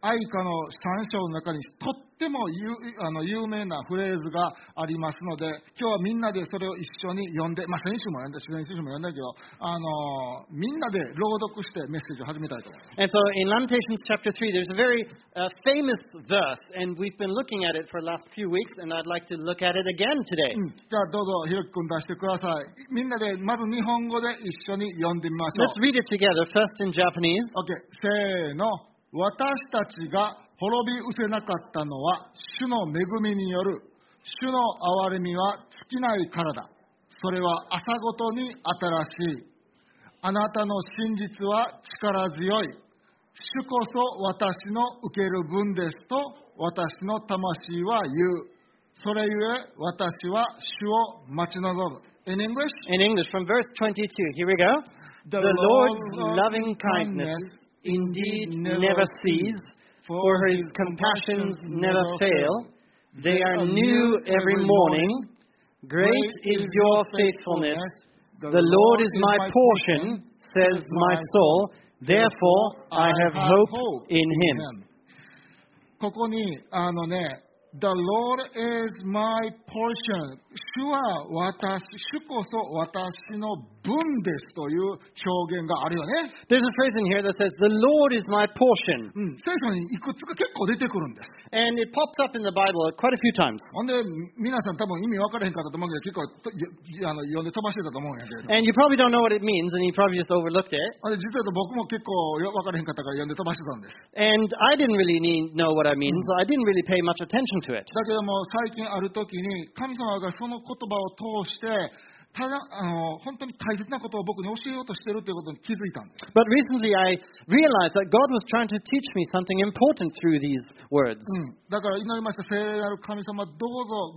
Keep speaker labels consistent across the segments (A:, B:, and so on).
A: 愛歌の3章の中にとっても有あの有名なフレーズがありますので、今日はみんなでそれを一緒に読んで、まあ、先週も読んだし、先週も読んだけど、あのみんなで朗読してメッセージを始めたいと思います。
B: And so in Lamentations chapter 3, there's a very uh, famous verse, and we've been looking at it for the last few weeks, and I'd like to look at it again
A: う
B: today.
A: んじゃあどうぞ、ひろき君出してください。みんなでまず日本語で一緒に読んでみましょう
B: Let's。read it together, first in Japanese.
A: OK、せーの。私たちが滅び失せなかったのは、主の恵みによる、主の憐れみは尽きないからだ。それは朝ごとに新しい。あなたの真実は力強い。主こそ私の受ける分ですと、私の魂は言う。それゆえ、私は主を待ち望む。In English?
B: In English, from verse 22, here we go. The Lord's loving kindness indeed never cease, for his compassions never fail. They are new every morning. Great is your faithfulness. The Lord is my portion, says my soul. Therefore, I have hope in him.
A: ここに、あのね、The Lord is my portion. 主は私、主こそ私の分ですという表現があるよね。
B: There's a phrase in here that says, The Lord is my portion.
A: うん、聖書にいくつか結構出てくるんです。
B: And it pops up in the Bible quite a few times.
A: ほんで、皆さん多分意味分からへんかったと思うけど、結構とよあの読んで飛ばしてたと思うんやけれど。
B: And you probably don't know what it means, and you probably just overlooked it.
A: ほんで実は僕も結構よ分からへんかったから読んで飛ばしてたんです。
B: And I didn't really need, know what I mean, so I didn't really pay much attention to it.
A: だけども最近ある時に神様がその言葉を通してただあの本当に大切なことを僕に教えようとしてるということに気づいたんです、
B: But recently I realized that God was trying to teach me something important through these words.
A: うん、だから祈りました聖なる神様どう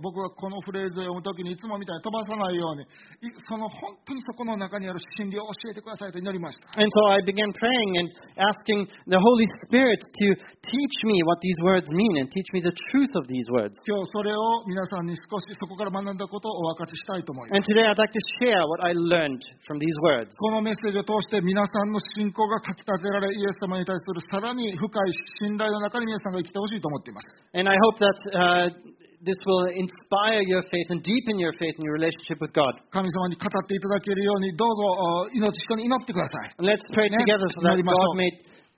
A: ぞ僕がこのフレーズを読む時にいつもみたいに飛ばさないようにいその本当にそこの中にある真理を教えてくださいと祈りました
B: And so I began praying and asking the Holy Spirit to teach me what these words mean and teach me the truth of these words.
A: 今日それを皆さんに少しそこから学んだことをお分かちしたいと思います
B: And today I'd like to share what I learned from these words.
A: このメッセージを通して皆さんの信仰がかき立てられイエス様に対するさらに深い信頼の中に皆さんが生きてほしいと思っています
B: And I hope that uh, this will inspire your faith and deepen your faith in your relationship with God.
A: 神様に語っていただけるように、どうぞ、お命人に祈ってください。
B: And let's pray
A: Amen.
B: together so that
A: Very much
B: God
A: so.
B: may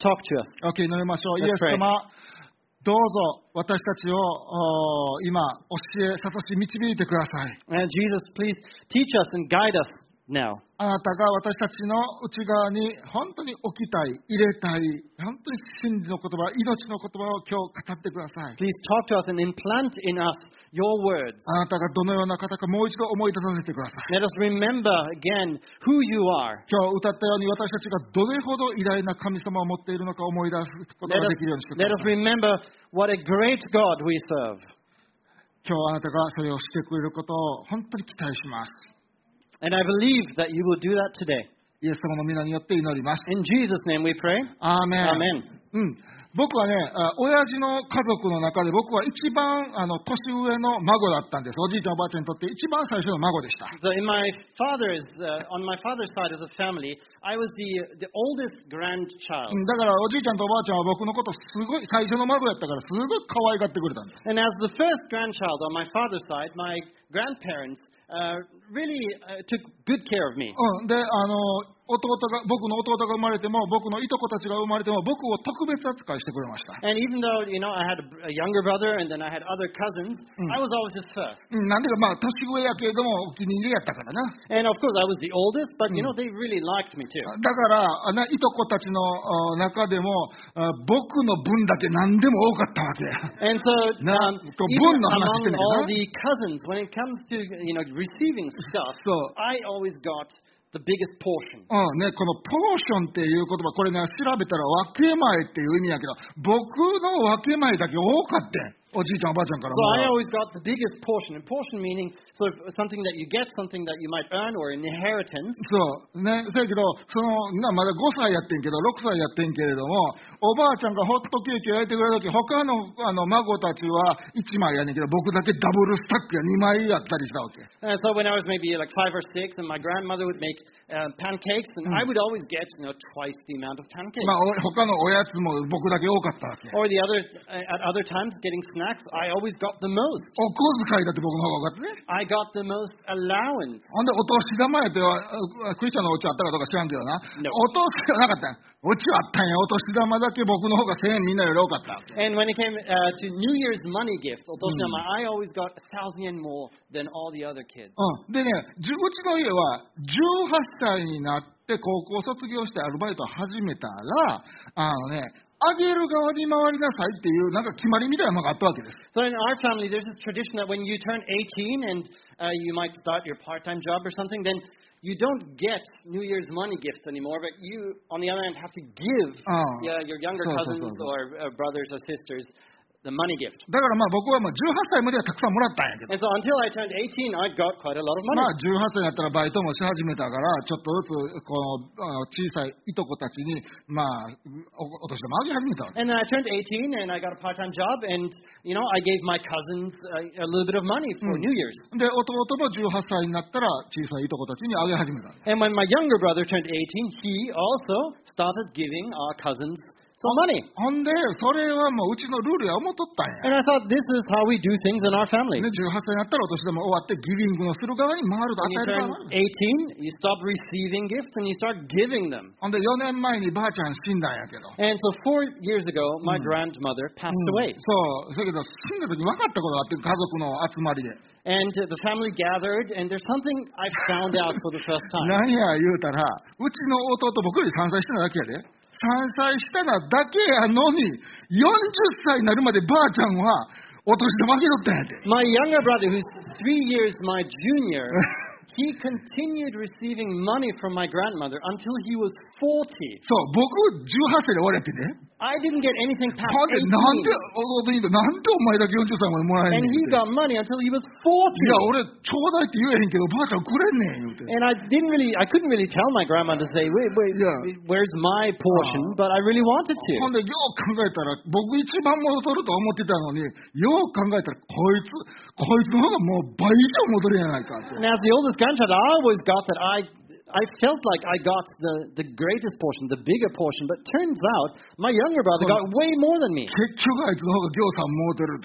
B: talk to us.
A: OK、祈りましょう。イ
B: Let's
A: エス
B: pray.
A: 様、どうぞ私たちをお今、教え、諭し、導いてください。
B: And Uh, Jesus, please teach us and guide us now.
A: あなたが私たちの内側に本当に置きたい、入れたい、本当に真理の言葉、命の言葉を今日語ってください。
B: Please talk to us and implant in us your words.
A: あなたがどのような方かもう一度思い出させてください。
B: Let us remember again who you are.
A: 今日歌ったように私たちがどれほど偉大な神様を持っているのか思い出すこと
B: Let
A: が
B: us,
A: できるようにしてく
B: let
A: ださい。
B: us remember what a great God we serve.
A: 今日あなたがそれをしてくれることを本当に期待します。
B: And I believe that you will do that today.
A: イエス様の皆によって祈ります。
B: In Jesus' name we pray.
A: アーメン。
B: Amen.
A: うん、僕はね、あ親父の家族の中で僕は一番あの年上の孫だったんです。おじいちゃんおばあちゃんにとって一番最初の孫でした。
B: So in my father's, uh, on my father's side of the family, I was the, uh, the oldest grandchild.
A: うんだからおじいちゃんとおばあちゃんは僕のことすごい最初の孫やったからすごい可愛がってくれたんです。
B: And as the first grandchild on my father's side, my grandparents uh, really uh, took good care of me.
A: うん、であの弟が僕の弟が生まれても僕のいとこたちが生まれても僕を特別扱いしてくれました。
B: And even though, you know, I had a, a younger brother and then I had other cousins,
A: Mm.
B: I was always his first.
A: うん、なんでかまあ年上やけれどもお気に入りやったからな。
B: And of course, I was the oldest, but,
A: Mm.
B: you know, they really liked me too.
A: だから、あないとこたちのあ中でも、あ僕の分だけ何でも多かったわけ。
B: And so,
A: No,
B: um,
A: go
B: even
A: Bruno, I'm asking it,
B: among all
A: huh?
B: the cousins, when it comes to, you know, receiving stuff,
A: So-
B: I always got the biggest portion.
A: うんね、このポーションっていう言葉、これね、調べたら分け前っていう意味やけど、僕の分け前だけ多かった。おじいちゃんおばあちゃんからもらう
B: So I always got the biggest portion. And portion meaning sort of something that you get, something that you might earn, or an inheritance.
A: そうねそやけどそのなまだ5歳やってんけど6歳やってんけれどもおばあちゃんがホットケーキ焼いてくれる時他のあの孫たちは1枚やねんけど僕だけダブルスタックや2枚やったりしたわけ
B: Uh, so when I was maybe like five or six, and my grandmother would make um, pancakes, and I would always get you know twice the amount of pancakes.
A: まあ、お他のおやつも僕だけ多かったわけ。
B: or the other uh, at other times getting snacks, I always got the most.
A: お小遣いだって僕の方が多かったね。
B: I got the most allowance.
A: ほんで、お年玉やっては、あクリスチャンのお家あったかどうか知らんけどな。
B: No.
A: お年玉なかったんやお家はあったんや。お年玉だけ僕の方が1000円みんなより多かったわけ。
B: And when it came uh, to New Year's money gift, otoshinama, I always got a thousand yen more than all the other kids.
A: うん。でね、じうちの家は18歳になって高校卒業してアルバイトを始めたら、あのね、あげる側に回りなさいっていう、なんか決まりみたいなのがあったわけです。
B: So in our family, there's this tradition that when you turn 18 and uh, you might start your part-time job or something, then you don't get New Year's money gifts anymore. But you, on the other hand, have to give
A: Oh.
B: yeah, your younger
A: So, so, so,
B: cousins
A: so.
B: or uh, brothers or sisters the money gift.
A: だからまあ僕はもう18歳まではたくさんもらったんやけど。
B: And so until I turned 18, I got quite a lot of
A: まあ、
B: money.
A: 18歳になったらバイトもし始めたから、ちょっとずつこのあの小さいいとこたちに、まあ、おお年玉あげ始めたわけ。
B: And then I turned 18 and I got a part-time job, and you know I gave my cousins a, a little bit of money
A: Hmm.
B: for New Year's.
A: で、弟も18歳になったら、小さいいとこたちにあげ始めた。
B: And when my younger brother turned 18, he also started giving our cousins some money.
A: ほんで、それはもううちのルールや思っとったんや。
B: And I thought this is how we do things in our family.
A: で、18歳になったらお年玉終わって、ギビングのする側に回ると与え
B: When you
A: る側になる
B: turn 18, you stop receiving gifts and you start giving them.
A: ほんで、4年前にばあちゃん死んだんやけど。
B: And so four years ago, my grandmother passed
A: そう
B: away.、
A: だけど、死んだ時分かったことがあって、家族の集まりで。
B: And uh, the family gathered, and there's something I found out for the first time.
A: なんや言うたら、うちの弟、僕より3歳下なだけやで。3歳下なだけやのに、40歳になるまでばあちゃんは、お年玉あげとったんやで。
B: My younger brother, who's three years my junior, he continued receiving money from my grandmother until he was 40.
A: そう、僕、18歳で終われてね。
B: I didn't get
A: ほ
B: anything past
A: んで、なんで弟
B: 18,、
A: に言うと、なんでお前だけ40歳までもらえんね
B: and
A: ん
B: he
A: 言うて。
B: got money until he was
A: いや、俺、
B: 40.
A: ちょうだいって言えへんけど、ばあちゃんくれんねん、言うて。
B: And I didn't really, I couldn't really tell my grandma to say, wait, wait,
A: Yeah. Oh.
B: where's my portion? But I really wanted to.
A: ほんで、よう考えたら、僕一番戻ると思ってたのに、よう考えたら、こいつ、こいつの方がもう倍以上戻るやないかって。
B: And as the oldest grandchild, I always got that I, I felt like I got the, the greatest portion, the bigger portion. But turns out, my younger brother
A: Well-
B: got way more than me.
A: 結局あいつの方がぎ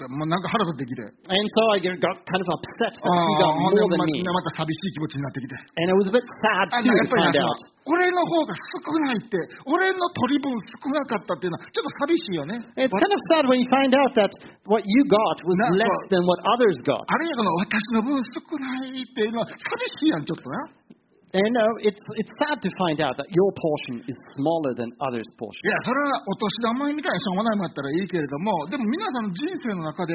A: ょうさん儲てるって、もうなんか腹立ってきて。
B: And so I get- got kind of upset that
A: ああ、ほ
B: he got
A: んで
B: more
A: ま
B: than
A: みん
B: me.
A: なまた寂しい気持ちになってきて。
B: And I was a bit sad
A: あ
B: too
A: やっ
B: to
A: ぱ
B: find
A: りな
B: out.
A: 俺の方が少ないって、俺の取り分少なかったっていうのは、ちょっと寂しいよね。
B: It's kind of sad when you find out that what you got was
A: No,
B: less
A: well-
B: than what others got.
A: あるいはこの私の分少ないっていうのは寂しいやん、ちょっとな。い
B: And uh, it's, it's sad to find out that your portion is smaller than others' portion.
A: や、それはお年玉みたいなしょうもないもんやったらいいけれども、でも皆さんの人生の中で、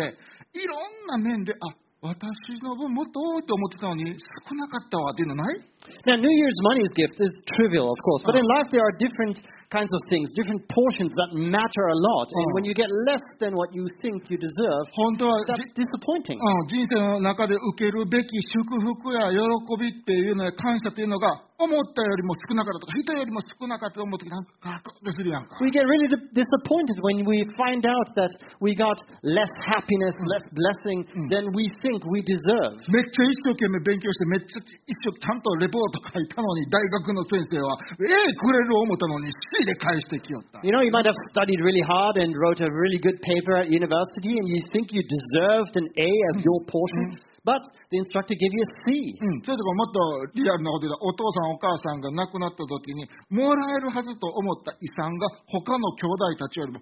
A: いろんな面で、あ私の分もっと多いと思ってたのに少なかったわっていうのない
B: Now, New Year's money gift is trivial, of course, but in life there are different kinds of things, different portions that matter a lot. And
A: Oh.
B: when you get less than what you think you deserve,
A: 本当は
B: that's disappointing.
A: うん、人生の中で受けるべき祝福や喜びっていうのや感謝っていうのが思ったよりも少なかったとか人よりも少なかったと思う時なんかガクッとするやんか
B: We get really di- disappointed when we find out that we got less happiness, less blessing than we think we deserve.
A: めっちゃ一生懸命勉強してめっちゃ一生ちゃんとレポート書いたのに大学の先生は A くれる思ったのに C で返してきよった
B: You know, you might have studied really hard and wrote a really good paper at university, and you think you deserved an A as your portion, but the instructor gave you a C.
A: うん、それとかもっとリアルなこと言うとお父さんお母さんが亡くなった時にもらえるはずと思った遺産が他の兄弟たちよりも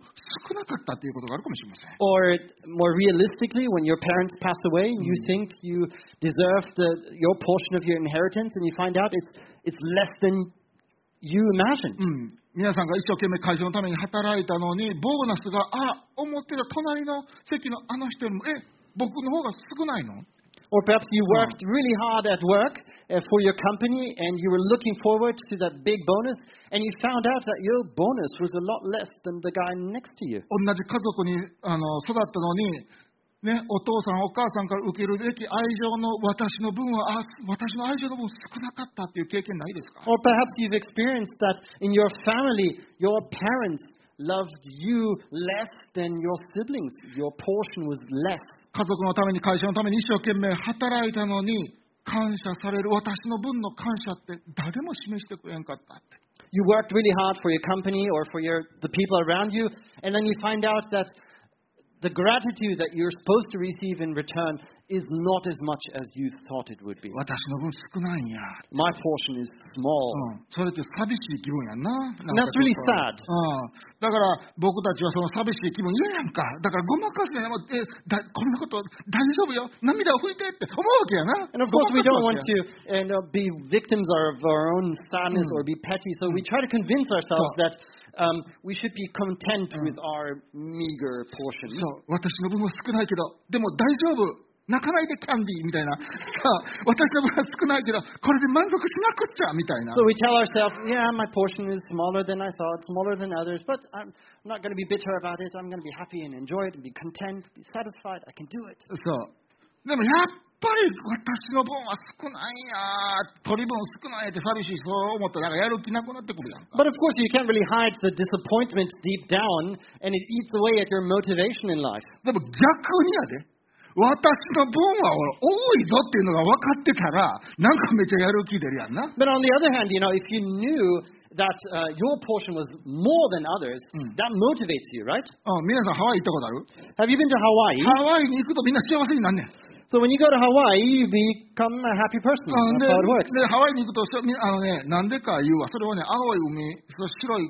A: 少なかったっていうことがあるかもしれません
B: Or more realistically, when your parents pass away and you think you deserve the, your portion of your inheritance, and you find out it's, it's less than you imagined.
A: うん、皆さんが一生懸命会社のために働いたのに、ボーナスが、あ、思ってた隣の席のあの人よりも、え、僕の方が少ないの
B: Or perhaps you worked really hard at work uh, for your company and you were looking forward to that big bonus, and you found out that your bonus was a lot less than the guy next to you.
A: 同じ家族にあの育ったのに、ね、お父さん、お母さんから受けるべき愛情の私の分は、あ私の愛情の分少なかったっていう経験ないですか
B: Or perhaps you've experienced that in your family, your parents loved you less than your siblings. Your portion was less.
A: 家族のために会社のために一生懸命働いたのに感謝される私の分の感謝って誰も示してくれんかったって
B: You worked really hard for your company or for your, the people around you, and then you find out that the gratitude that you're supposed to receive in return is not as much as you thought it would be.
A: 私の分少ないんや、
B: My portion is small.
A: うん、それって寂しい気分やんななんか
B: That's really
A: ちょっ
B: sad.
A: とうん、だから僕たちはその寂しい気分嫌やんかだからごまかすねもうえだこんなこと大丈夫よ涙を拭いてって思うわけやな
B: And of course, we
A: ごま
B: don't want
A: かすわけ
B: to and, uh, be victims of our own sadness or be petty, so we try to convince ourselves that um, we should be content with our meager portion.
A: そう、私の分は少ないけど、でも大丈夫、泣かないでキャンディーみたいな、さあ私の分は少ないけど、これで満足しなくっちゃみたいな
B: So、we tell ourselves, yeah, my portion is smaller than I thought, smaller than others, but I'm not going to be bitter about it. I'm going to be happy and enjoy it and be content, be satisfied. I can do it.
A: そう、でもやっぱり私の分は少ないや、取り分少ないって寂しい、そう思ったら、なんかやる気なくなってくるやんか。
B: But of course, you can't really hide the disappointment deep down, and it eats away at your motivation in life.
A: でも逆にやで。私の分は俺多いぞっていうのが分かってたら、なんかめっちゃやる気出るやんな。
B: But on the other hand, you know, if you knew that uh, your portion was more than others,
A: Hmm.
B: that motivates you, right?
A: うん、皆さんハワイ行ったことある
B: Have you been to Hawaii?
A: ハワイに行くとみんな幸せになんねん。
B: So when you go to Hawaii, you become a happy person.
A: あで
B: That's how it works.
A: でハワイに行くとそうみあの、ね、なんでか言うわ、それはね、青い海、そして白い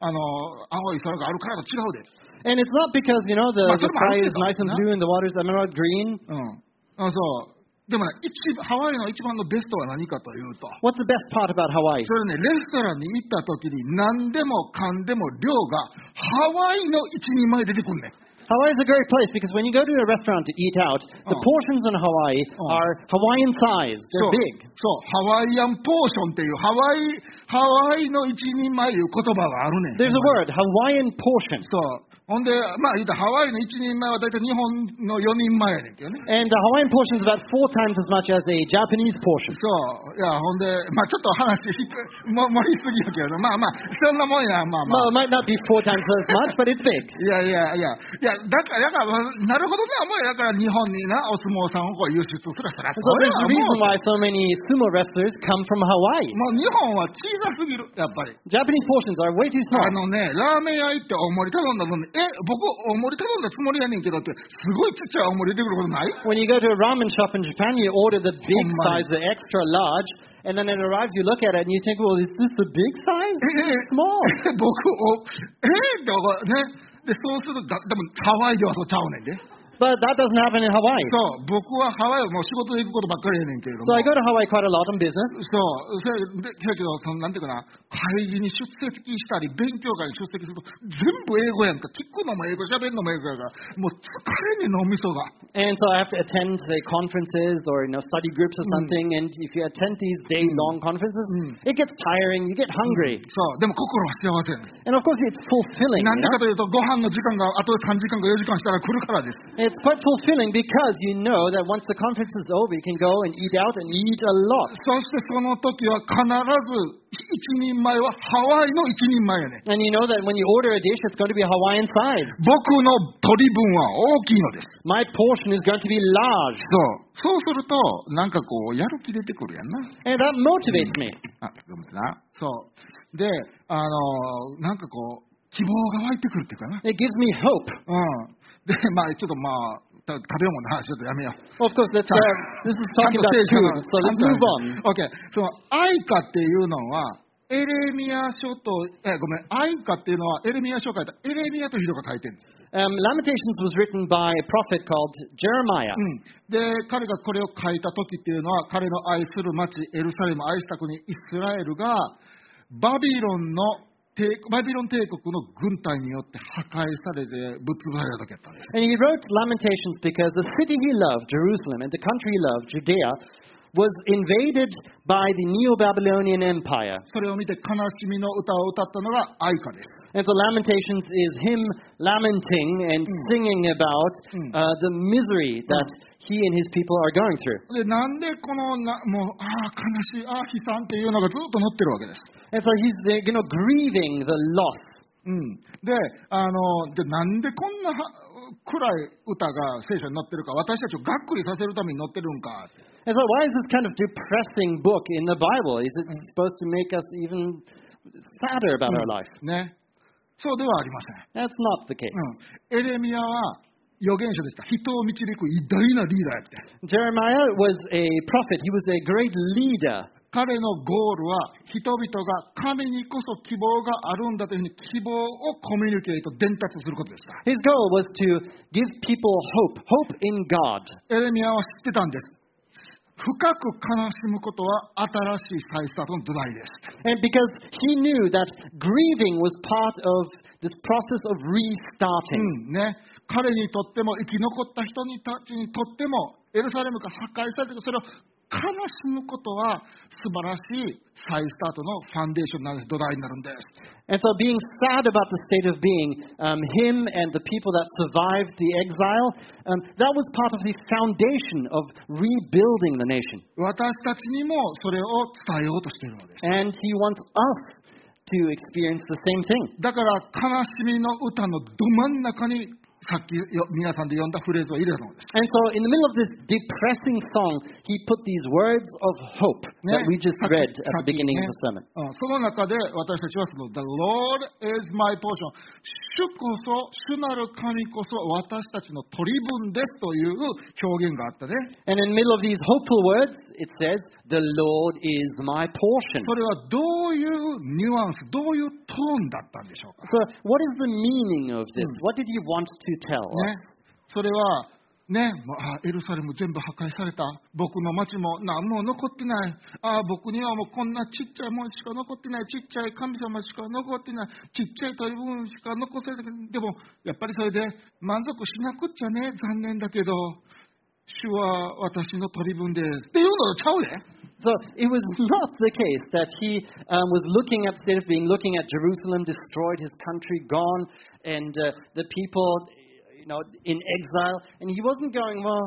A: あのあの青い空があるからと違うで、
B: And it's not because, you know, the,
A: Well,
B: the
A: come on,
B: sky is
A: come on,
B: nice and
A: no?
B: blue and the water is emerald green.
A: うん、あそうでもね一、ハワイの一番のベストは何かというと、
B: What's the best part about Hawaii?
A: それね、レストランに行った時に、何でもかんでも量がハワイの一人前出てくんねん。
B: Hawaii is a great place because when you go to a restaurant to eat out,
A: Oh.
B: the portions in Hawaii
A: Oh.
B: are Hawaiian size.
A: そう
B: They're big.
A: そうハワイアンポーションっていうハワイハワイの一人前いう言葉があるねん
B: There's a word, Hawaiian portion.
A: そう。ほんで、まあ言うたらハワイの一人前は大体日本の4人前やねんけどね。
B: And the Hawaiian portion is about four times as much as a Japanese portion.
A: そう。いや、ほんで、まあちょっと話ひっく、も盛りすぎやけど、まあまあ、そんなもんや、まあまあ。
B: Well, it might not be four times as much, but it's big.
A: いやいやいや、いや、だから、だからなるほどね、お前、だから日本にな、お相撲さんをこう輸出するそら
B: And
A: そう
B: so there's
A: や
B: a reason
A: もう
B: why so many sumo wrestlers come from Hawaii.
A: もう日本は小さすぎる、やっぱり。
B: Japanese portions are way too
A: あ
B: small.
A: のね、ラーメン屋行って大盛り頼んだのに、え、僕大盛り頼んだつもりやねんけどって、すごいちっちゃい大盛り出てくることない
B: When you go to a ramen shop in Japan, you order the big
A: Oh, my.
B: size, the extra large, and then it arrives, you look at it, and you think, well, is this the big size? This is small.
A: え僕を、えー、って思うね。で、そうすると、だでもハワイではそうちゃうねんで。
B: But that doesn't happen in Hawaii.
A: そう、僕はハワイはもう仕事で行くことばっかりやねんけれども。
B: So I go to Hawaii quite a lot on business.
A: そう、それで、だけど、その、なんていうかな、会議に出席したり、勉強会に出席すると、全部英語やんか。聞くのも英語、喋るのも英語やから、もう疲れんねん、脳みそが。
B: And so I have to attend, say, conferences or, you know, study groups or something. And if you attend these day-long conferences, it gets tiring. You get hungry.
A: そう、でも心は幸せやねん。
B: And of course, it's fulfilling.
A: なん
B: you
A: で
B: know?
A: かというと、ご飯の時間があと3時間か4時間したら来るからです。
B: It's quite fulfilling because you know that once the conference is over, you can go and eat out and eat a lot.
A: そしてその時は必ず一人前はハワイの一人前やねん。
B: And you know that when you order a dish, it's going to be Hawaiian size.
A: 僕の取り分は大きいのです。
B: My portion is going to be large.
A: そう。そうすると、なんかこう、やる気出てくるやん
B: And that motivates me.
A: な。あ、ごめんな。そう。で、あのーなんかこう、希望が湧いてくるっていうかな。
B: It gives me hope.
A: うん。で、まあ、ちょっとまあ、た食べ物の話ちょっとやめよう。
B: Of course, let's, uh, this is
A: ちゃん
B: talking
A: と
B: about
A: 聖書の
B: food, so let's move on.
A: OK。その、愛歌っていうのは、エレミア書と、え、ごめん、愛歌っていうのは、エレミア書を書いた、エレミアという人が書いてるんです。
B: Um, Lamentations was written by a prophet called Jeremiah.
A: うん、で彼がこれを書いた時っていうのは彼の愛する町エルサレム愛した国イスラエルがバビロンの帝バビロン帝国の軍隊によって破壊されてぶっ潰された時だったんです
B: And he wrote Lamentations because the city he loved, Jerusalem, and the country he loved, Judea, was invaded by the Neo Babylonian Empire.
A: それを見て悲しみの歌を歌ったのが哀歌です。
B: And so Lamentations is him lamenting and singing about
A: Mm.
B: uh, the misery that he and his people are going through.
A: で、なんでこのな、もう、ああ、悲しい、ああ、悲惨っていうのがずっと載ってるわけです。
B: And so he's uh, you know grieving the loss.
A: うん、であので、なんでこんなは暗い歌が聖書に載ってるか、私たちをがっくりさせるために載ってるんか、
B: And so why is this kind of depressing book in the Bible? Is it supposed to make us even sadder about our life?
A: ね、そうではありません。
B: That's not the case.
A: うん、エレミアは預言者でした。人を導く偉大なリーダーやって。
B: Jeremiah was a prophet. He was a great leader.
A: 彼のゴールは人々が神にこそ希望があるんだというふうに希望をコミュニケート、伝達することでした。
B: His goal was to give people hope, hope in God.
A: エレミアは知ってたんです。深く悲しむことは新しい再スタートの土台です。
B: And because he knew that grieving was part of this process of restarting.
A: うんね、彼にとっても生き残った人にたちにとってもエルサレムが破壊されてそれを悲しむことは素晴らしい再スタートのファンデーションになる土台になるんです。
B: And so, being sad about the state of being, um, him and the people that survived the exile, um, that was part of the foundation of rebuilding the nation.
A: 私たちにもそれを伝えようとしているのです。
B: And he wants us to experience the same thing.
A: だから悲しみの歌のど真ん中にさっきよ皆さんで読んだフレーズを入れたのです。
B: And so, in the middle of this depressing song, he put these words of hope
A: ね
B: that we just
A: さっき
B: read at
A: さっき
B: the beginning
A: ね
B: of the sermon.
A: うんその中で私たちはその、The Lord is my portion。主こそ、主なる神こそ私たちの取り分ですという表現があったね。
B: And in the middle of these hopeful words, it says, The Lord is my portion.
A: それはどういうニュアンス、どういうトーンだったんでしょうか。
B: So, what is the meaning of this? What did he want to tell us?
A: ね、それは、ね、もうあエルサレム全部破壊された、僕の町も何も残ってない、あ僕にはもうこんなちっちゃいもんしか残ってない、ちっちゃい神様しか残ってない、ちっちゃい取り分しか残せない、でもやっぱりそれで満足しなくっちゃね、残念だけど、主は私の取り分です。っていうのとちゃうで、
B: So it was not the case that he um, was looking at the state of being, looking at Jerusalem destroyed, his country gone, and uh, the people, you know, in exile. And he wasn't going, well,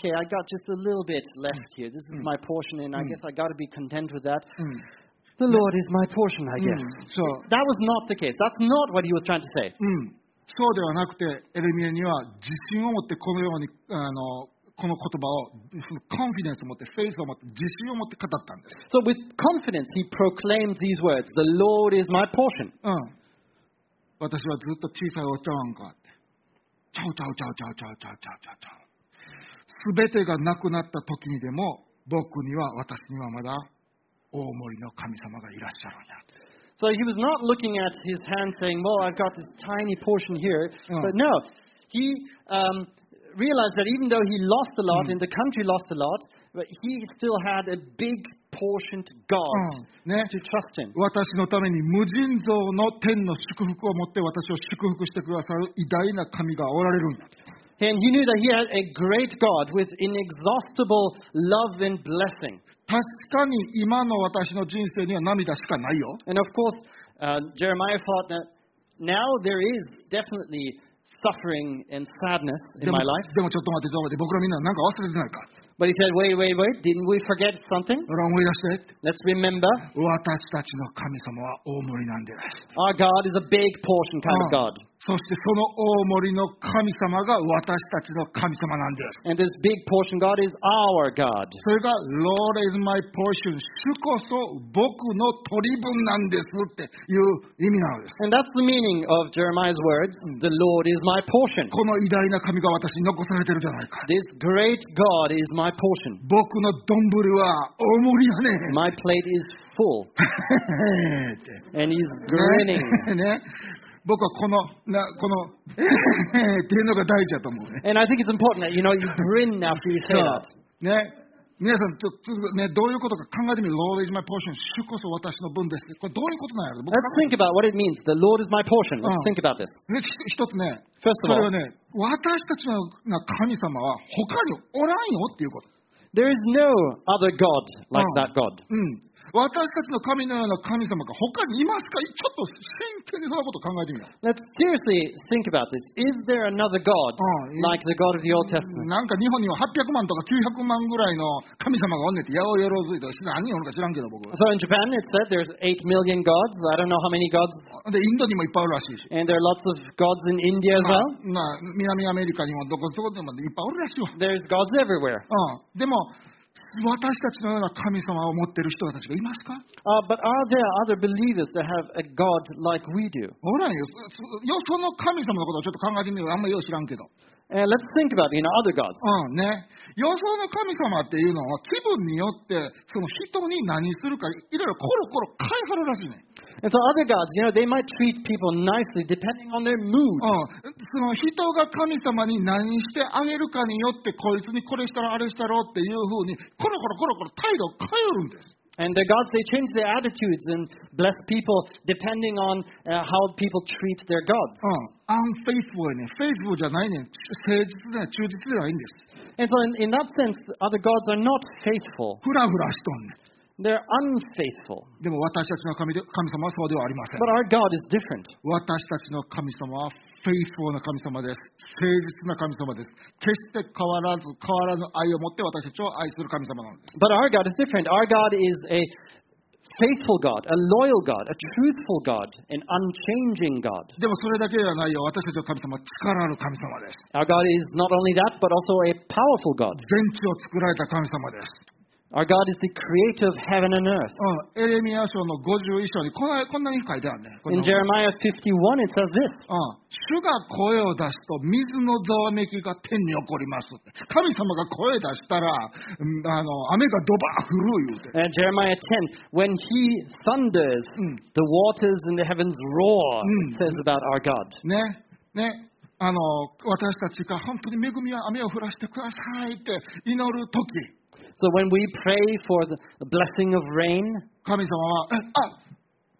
B: okay, I got just a little bit left here. This is my portion, and I guess I got to be content with that. Hmm. The Lord is my portion, I guess.
A: そう
B: That was not the case. That's not what he was trying to say.
A: うん、そうではなくて、エレミアには自信を持ってこのようにあのこの言葉を、コンフィデンスを持って、フェイスを持って、自信を持って語ったんです。
B: So with confidence, he proclaimed these words The Lord is my portion.
A: うん、私はずっと小さいお茶碗かって。ちゃうちゃうちゃうちゃうちゃうちゃうちゃうちゃうちゃう。すべてがなくなった時にでも、僕には、私にはまだ大森の神様がいらっしゃるんや。
B: So he was not looking at his hand saying, Well, I've got this tiny portion here.
A: Oh.
B: But no, he um, realized that even though he lost a
A: Mm.
B: lot and the country lost a lot, but he still had a big portion to God
A: Mm. Yeah.
B: to trust in.
A: 私のために無尽蔵の天の祝福を持って私を祝福してくださる偉大な神がおられるんや。
B: And he knew that he had a great God with inexhaustible love and blessing.
A: 確かに今の私の人生には涙しかないよ。
B: And of course, uh, Jeremiah thought that now there is definitely suffering and sadness
A: で
B: in
A: も
B: my life.
A: でもちょっと待って、ちょっと待って、僕らみんななんか忘れてないか。
B: But he said, Wait, wait, wait, didn't we forget something?
A: ほら、思い出して。
B: Let's remember
A: 私たちの神様は大森なんです。
B: Our God is a big portion kind of God.
A: そしてその大森の神様が私たちの神様なんです。
B: And this big portion God is our God.
A: それが、Lord is my portion。主こそ僕の取り分なんですっていう意味なのです。
B: And that's the meaning of Jeremiah's words The Lord is my portion.
A: この偉大な神が私に残されてるじゃないか。
B: This great God is my portion.
A: 僕の丼は大森やねん。
B: My plate is full.
A: って。
B: And he's grinning.
A: ね、僕はこの、なこの、 えへへっていうのが大事だと思うね。
B: And I think it's important that, you know, you grin after you say that.
A: ね、皆さんちょ、ちょっとね、どういうことか考えてみる。Lord is my portion. 主こそ私の分です。これどういうことなんやろ僕
B: Let's think about what it means. The Lord is my portion. Let's
A: Oh.
B: think about this.
A: ね、ひ一つね、
B: First
A: それは
B: of all,
A: ね、私たちの神様は他におらんよっていうこと。
B: There is no other God like
A: Oh.
B: that God.
A: うん。私たちの神のような神様が他にいますかちょっと真剣にそんなこと考えてみよう。
B: Let's seriously think about this. Is there another God
A: Oh, yeah.
B: like the God of the Old Testament?
A: なんか日本には800万とか900万ぐらいの神様がおんねんって、やおよろずいとか、何人おるか知らんけど、僕。で、
B: So in Japan, it said there's 8 million gods. I don't know how many gods.
A: インドにもいっぱいおるらしいし。
B: And there are lots of gods in India as
A: まあまあ
B: well.、
A: 南アメリカにもどこそこでもいっぱいおるらしいわ。
B: There's gods everywhere.
A: うん。でも、私たちのような神様を持ってる人たちがいますか
B: Uh, but are there other believers that have a God like we do?
A: おらんよ。そそよその神様のことをちょっと考えてみるあんまよう知らんけど。
B: Uh, let's think about you know other gods.
A: うんね。予想の神様っていうのは気分によってその人に何するかいろいろコロコロ変えはるらしいね。
B: And so other gods, you know, they might treat people nicely depending on their mood.
A: うん。その人が神様に何してあげるかによってこいつにこれしたらあれしたろっていうふうにコロコロコロコロ態度を変えるんです。
B: And the gods, they change their attitudes and bless people depending on uh, how people treat their gods.
A: うん。アンフェイスボーやね。フェイスボーじゃないねん。誠実でない、忠実でないんです。
B: And so in, in that sense, other gods are not faithful.
A: ふらふらしとんねん。
B: They're unfaithful.
A: でも私たちの神で神様はそうではありません
B: But。our God is different.
A: 私たちの神様はフェイスフォーな神様です。誠実な神様です。決して変わらず、変わらぬ愛を持って私たちを愛する神様なんです。
B: But our God is different. Our God is a faithful God, a loyal God, a truthful God, an unchanging God.
A: でもそれだけではないよ。私たちの神様は力ある神様です。
B: Our God is not only that, but also a powerful God.
A: 全地を作られた神様です。
B: Our God is the creator of heaven and earth.
A: うん、エレミア書の51章にこんなこんなに書いてあるね。こんな
B: In Jeremiah 51, it says this
A: うん、主が声を出すと水のざわめきが天に起こります。神様が声出したら、うんあの雨がドバー降る言うて。
B: uh, Jeremiah 10, when he thunders, the waters in the heavens roar, it
A: Mm.
B: says about our God.
A: ね、ね、あの、私たちが本当に恵みは雨を降らせてくださいって祈るとき、
B: So when we pray for the the blessing of rain,
A: 神様は、え、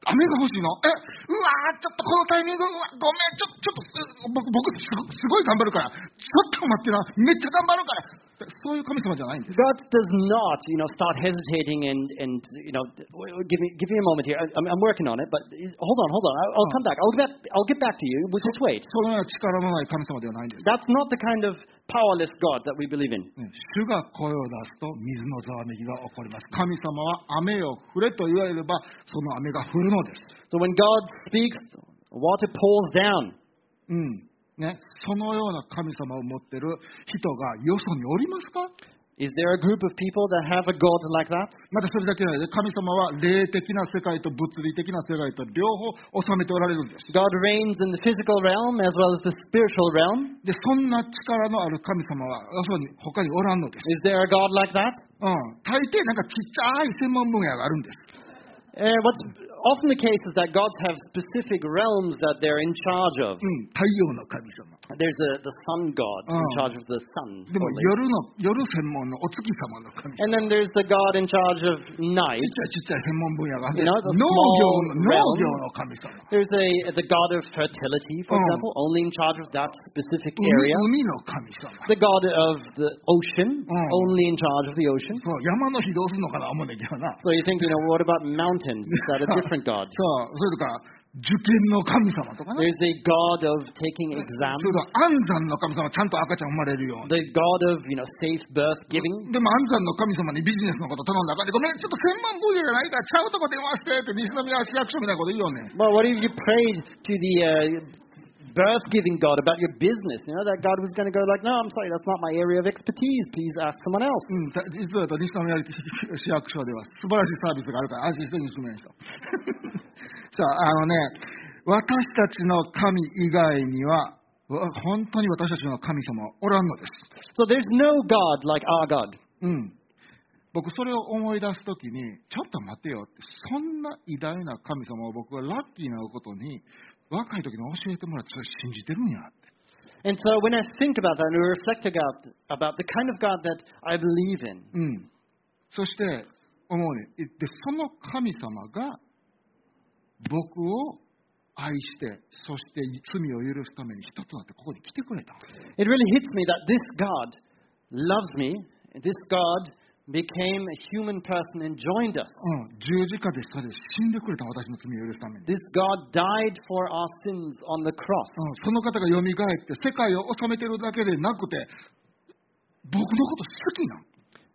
A: あ、雨が欲しいのえ、うわー、ちょっとこのタイミング、うわごめん、ちょ、ちょっと、う僕、僕すご、すごい頑張るから、ちょっと待ってな、めっちゃ頑張るから、ってそういう神様じゃないんです。
B: God does not, you know, start hesitating and, and you know, d- w- w- give me, give me a moment here. I, I'm, I'm working on it, but is- hold on, hold on. I'll, I'll come back. I'll get, back- I'll get back to you. We'll just wait.
A: そのような力のない神様ではないんです。
B: That's not the kind of powerless God that we believe in.
A: ね主が声を出すと水のざわめきが起こります。神様は雨を降れと言われれば、その雨が降るのです。
B: So when God speaks, water pours down.
A: うんね、そのような神様を持ってる人がよそにおりますか
B: Is there a group of people that have a God like that?
A: またそれだけじゃないで神様は霊的な世界と物理的な世界と両方治めておられるんです
B: God reigns in the physical realm as well as the spiritual realm.
A: でそんな力のある神様はよそに他におらんのです、
B: Is there a God like that?
A: うん、大抵なんかちっちゃい専門分野があるんです
B: Uh, what's often the case is that gods have specific realms that they're in charge of.
A: うん、太陽の神様
B: There's a, the sun god in
A: Oh.
B: charge of the sun.
A: でも
B: only.
A: 夜の夜専門のお月様の神様
B: And then there's the god in charge of
A: ちっ
B: night.
A: ちゃいちっちゃい専門分野があって農
B: You know,
A: 業の
B: the small
A: 農業の神様
B: realm. There's a the god of fertility,
A: Oh.
B: for
A: Mm-hmm.
B: example, only in charge of that specific
A: 海
B: area.
A: 海の神様
B: The god of the ocean,
A: Oh.
B: only in charge of the ocean.
A: そう山の日どうするのかな思うねんけどな
B: So you think, you know, what about mountains? Is that a different god?
A: そう、それとか、受験の神様とかね。
B: There's a god of taking
A: それ
B: exams,
A: とか安産の神様、ちゃんと赤ちゃん生まれるように。
B: the god of, you know, safe birth giving.
A: でも安産の神様にビジネスのこと頼んだらあかんで、ごめん、ちょっと専門分野じゃないから、ちゃうとこ電話してって、西宮市役所みたいなこと言うよね。
B: Well, what if you prayed to the uh, birth giving god about your business? You know, that god was going to go like, no, I'm sorry, that's not my area of expertise. Please ask someone else.
A: うん、た実は言うと西宮市役所では素晴らしいサービスがあるから、安心して西宮の人。 さあ、あのね、私たちの神以外には、わ本当に私たちの神様はおらんのです。
B: So there's no god like our God.
A: うん、僕それを思い出すときにちょっと待てよってそんな偉大な神様を僕はラッキーなことに若い時に教えてもらってそれ信じてるんやって、
B: And so when I think about that and we reflect about, about the kind of God that I believe in,
A: うん、そして思うねでその神様が僕を愛してそして罪を許すために一つになってここに来てくれた
B: it really hits me that this God loves me This God became a human person and joined us.
A: うん、十字架で下で死んでくれた私の罪を許すために、うん、
B: This God died for our sins on the cross.
A: その方がよみがえって世界を治めてるだけでなくて僕のこと好き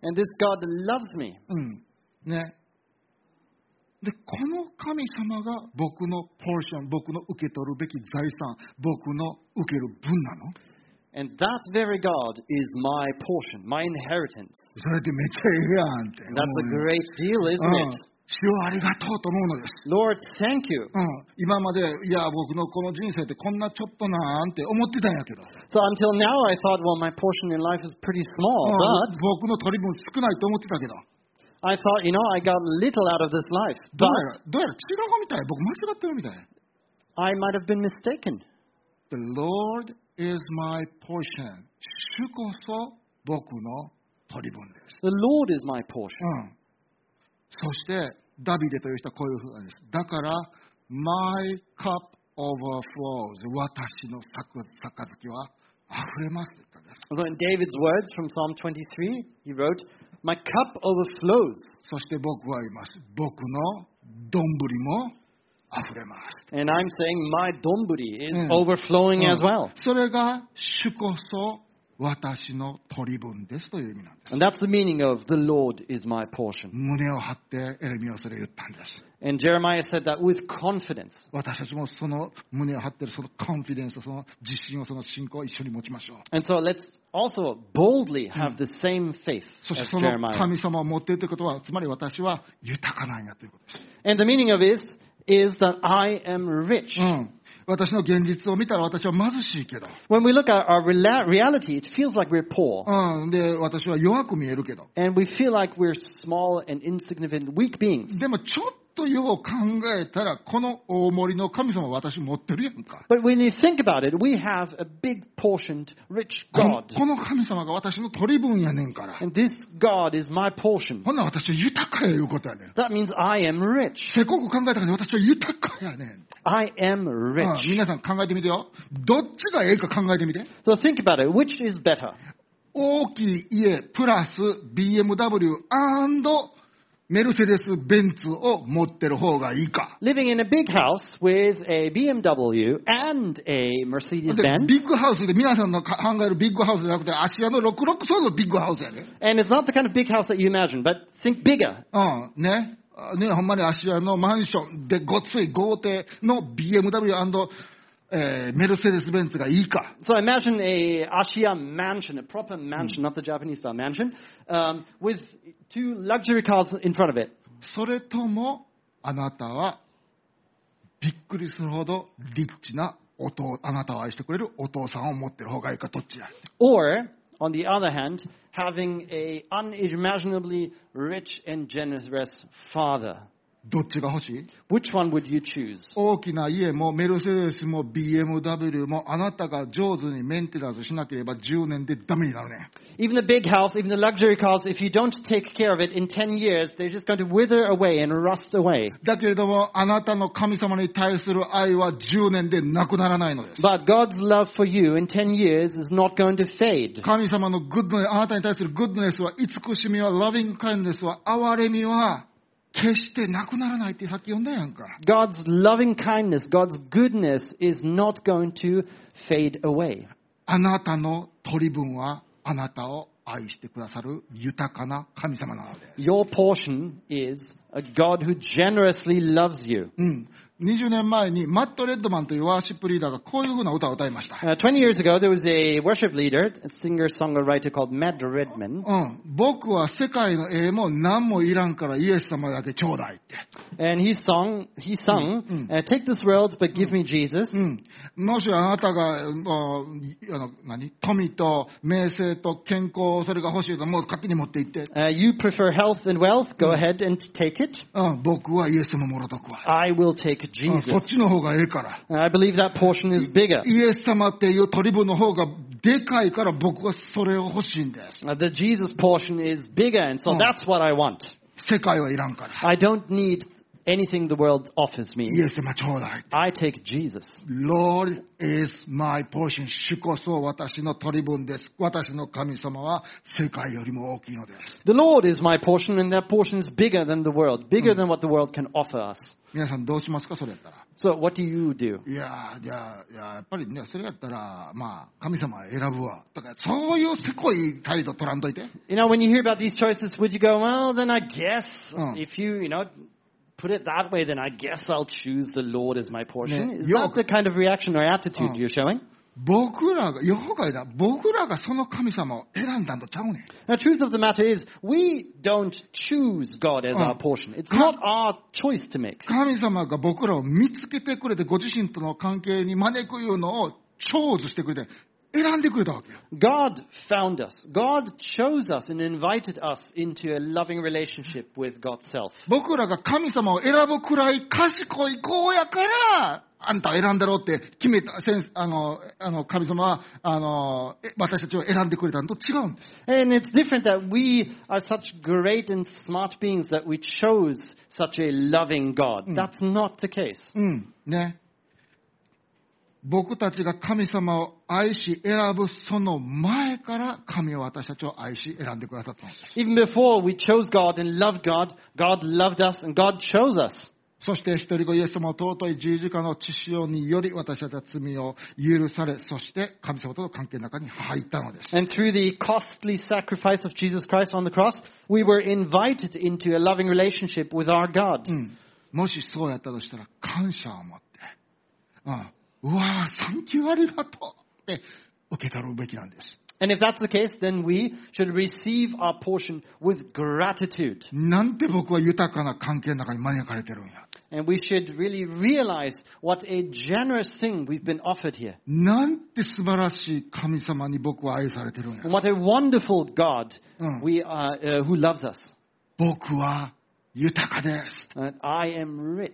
A: なん
B: And this God loves me.
A: うん。ね。で、この神様が僕のポーション、僕の受け取るべき財産、僕の受ける分なの
B: And that very God is my portion, my inheritance.
A: それってめっちゃええやんって。
B: And that's a
A: 思うよ
B: great deal,
A: うん
B: isn't it?
A: 主をありがとうと思うのです。
B: Lord, thank
A: うん、
B: you.
A: 今まで、いや、僕のこの人生ってこんなちょっとなんって思ってたんやけど、うん
B: So until now, I thought, well, my portion in life is pretty
A: Oh.
B: small, but
A: 僕の取り分少ないと思ってたけど、
B: I thought, you know, I got little out of this life.
A: どうやら
B: But
A: どうやら違うみたい、僕間違ってるみたい。
B: I might have been mistaken.
A: The Lord is my portion. 主こそ僕の取り分です。
B: The Lord is my portion.
A: うん。そして、ダビデという人はこういうふうなんです。だから、My cup overflows. 私の杯杯は溢れますって言ったんです。
B: So in David's words from Psalm 23, he wrote, My cup overflows,
A: そして僕は言います。僕の丼も溢れます。
B: and I'm saying my domburi
A: Mm.
B: is overflowing as
A: う
B: well.
A: んそれが主こそ私の取り分ですという意味なんです。
B: And that's the meaning of the Lord is my portion.
A: 胸を張ってエレミアはそれを言ったんです。
B: And Jeremiah said that with confidence.
A: 私たちもその胸を張ってるそのコンフィデンス、その自信を、その信仰を一緒に持ちましょう。
B: And so let's also boldly have the same faith
A: そして
B: as
A: その
B: Jeremiah.
A: 神様を持っているということは、つまり私は豊かなんやということです。
B: And the meaning of this is that I am rich.
A: うん。私の現実を見たら私は貧しいけど、
B: When we look at our rela- reality, it feels like we're poor.
A: うん。で、私は弱く見えるけど、
B: And we feel like we're small and insignificant, weak beings.
A: でもちょっとよう考えたら、この大盛りの神様私持ってるやんか。
B: But when you think about it, we have a big portioned, rich
A: この
B: God.
A: この神様が私の取り分やねんから。
B: And this God is my portion.
A: ほんなら私は豊かやいうことやねん。
B: That means I am rich.
A: せこく考えたら私は豊かやねん。
B: I am
A: ああ
B: rich.
A: 皆さん考えてみてよ。どっちがええか考えてみて。
B: So think about it. Which is better?
A: 大きい家プラス BMW& メルセデス・ベンツを持ってる方がいいか。
B: Living in a big house with a BMW and a
A: で
B: Mercedes Benz.
A: ビッグハウスで皆さんの考えるビッグハウスじゃなくて、芦屋の66層のビッグハウスやね。
B: And it's not the kind of big house that you imagine, but think bigger.
A: うん、ね。あね、ほんまに芦屋のマンションでごっつい豪邸の BMW& えーメルセデス・ベンツがいいか。
B: So imagine a Ashiya mansion, a proper mansion, not the Japanese style mansion, um, with two luxury cars in front of it.
A: それとも、あなたは、びっくりするほどリッチなお父、あなたを愛してくれるお父さんを持ってる方がいいか、どっちや。
B: Or, on the other hand, having a unimaginably rich and generous father.
A: どっちが欲しい
B: Which one would you choose?
A: 大きな家もメルセデスも BMW もあなたが上手にメンテナンスしなければ10年でダメになるね。
B: Even the big house, even the luxury cars, if you don't take care of it in 10 years, they're just going to wither away and rust away.
A: だけれども、あなたの神様に対する愛は10年でなくならないのです。
B: But God's love for you in 10 years is not going to fade.
A: 神様のグッドネス、あなたに対するグッドネスは、慈しみは、ラビングカインドネスは、憐れみは、決してなくならないってさっき読んだやんか。
B: God's loving kindness, God's goodness is not going to fade away.
A: あなたの取り分はあなたを愛してくださる豊かな神様なのです。
B: Your portion is a God who generously loves you.
A: うん。20年前にマット・レッドマンというワーシップリーダーがこういうふうな歌を歌いました。
B: Uh, 20 years ago, there was a worship leader, a singer songwriter called Matt Redman,
A: うん。僕は世界の栄も何もいらんからイエス様だけちょうだいって。
B: and he sung, he sung uh, Take this world, but give me Jesus.
A: Mm. うん。もしあなたが、うんあの、何富と名声と健康、それが欲しいともう勝手に持って行って。
B: Uh, you prefer health and wealth, go ahead and take it.
A: うん。僕はイエス様もろとくわ。
B: I will take
A: うん、
B: Jesus. Uh,
A: そっちの方がええから。
B: I believe that portion is bigger.
A: イエス様っていう取り分の方がでかいから僕はそれを欲しいんで
B: Uh, the Jesus portion is bigger, and so
A: Mm.
B: that's what I want.
A: す。世界はいらんから。
B: I don't need Anything the world offers me,
A: イエス様ちょうだい。
B: I take Jesus.
A: Lord is my portion. 主こそ私の取り分です。私の神様は世界よりも大きいのです。
B: The Lord is my portion, and that portion is bigger than the world, bigger than what the world can offer us.
A: 皆さんどうしますかそれやったら。
B: So, what do you do?
A: いやーじゃあ、いやーやっぱりね、それやったら、まあ、神様選ぶわ。だから、そういうせこい態度取らんといて。
B: You know, when you hear about these choices, would you go, well, then I guess
A: Mm.
B: if you, you know, put it that way, then I guess I'll choose the Lord as my portion?
A: Yeah.
B: Is
A: Yo-
B: that the kind of reaction or attitude
A: Mm.
B: you're showing?
A: 僕らが、妖怪だ、僕らがその神様を選んだんとちゃうねん。
B: Now, truth of the matter is, we don't choose God as
A: Mm.
B: our portion. It's not our choice to make.
A: 神様が僕らを見つけてくれて、ご自身との関係に招くいうのをchoseしてくれて、選んでくれたわけよ。
B: God found us. God chose us and invited us into a loving relationship with God's self.
A: 僕らが神様を選ぶくらい賢い子やから、あんたを選んだろうって決めた、先あの、あの、神様は、あの、え私たちを選んでくれたのと違うんです。
B: And it's different that we are such great and smart beings that we chose such a loving God. That's not the case.
A: うん、ね。僕たちが神様を愛し選ぶその前から神は私たちを愛し選んでくださったのです。
B: Even before we chose God and loved God, God loved us and God chose us.
A: そして一人子イエス様を尊い十字架の血潮により私たちは罪を許され、そして神様との関係の中に入ったのです。
B: And through the costly sacrifice of Jesus Christ on the cross, we were invited into a loving relationship with our God.
A: うんもしそうやったとしたら感謝を持って、うん、うわー、サンキューありがとうって受け取るべきなんです。
B: And if that's the case, then we should receive our portion with gratitude.
A: なんて僕は豊かな関係の中に招かれてるんや。
B: And we should really realize what a generous thing we've been offered here.
A: なんて素晴らしい神様に僕は愛されてるんや
B: And。what a wonderful God
A: Mm.
B: we are, uh, who loves us.
A: 僕は豊かです。
B: And I am rich.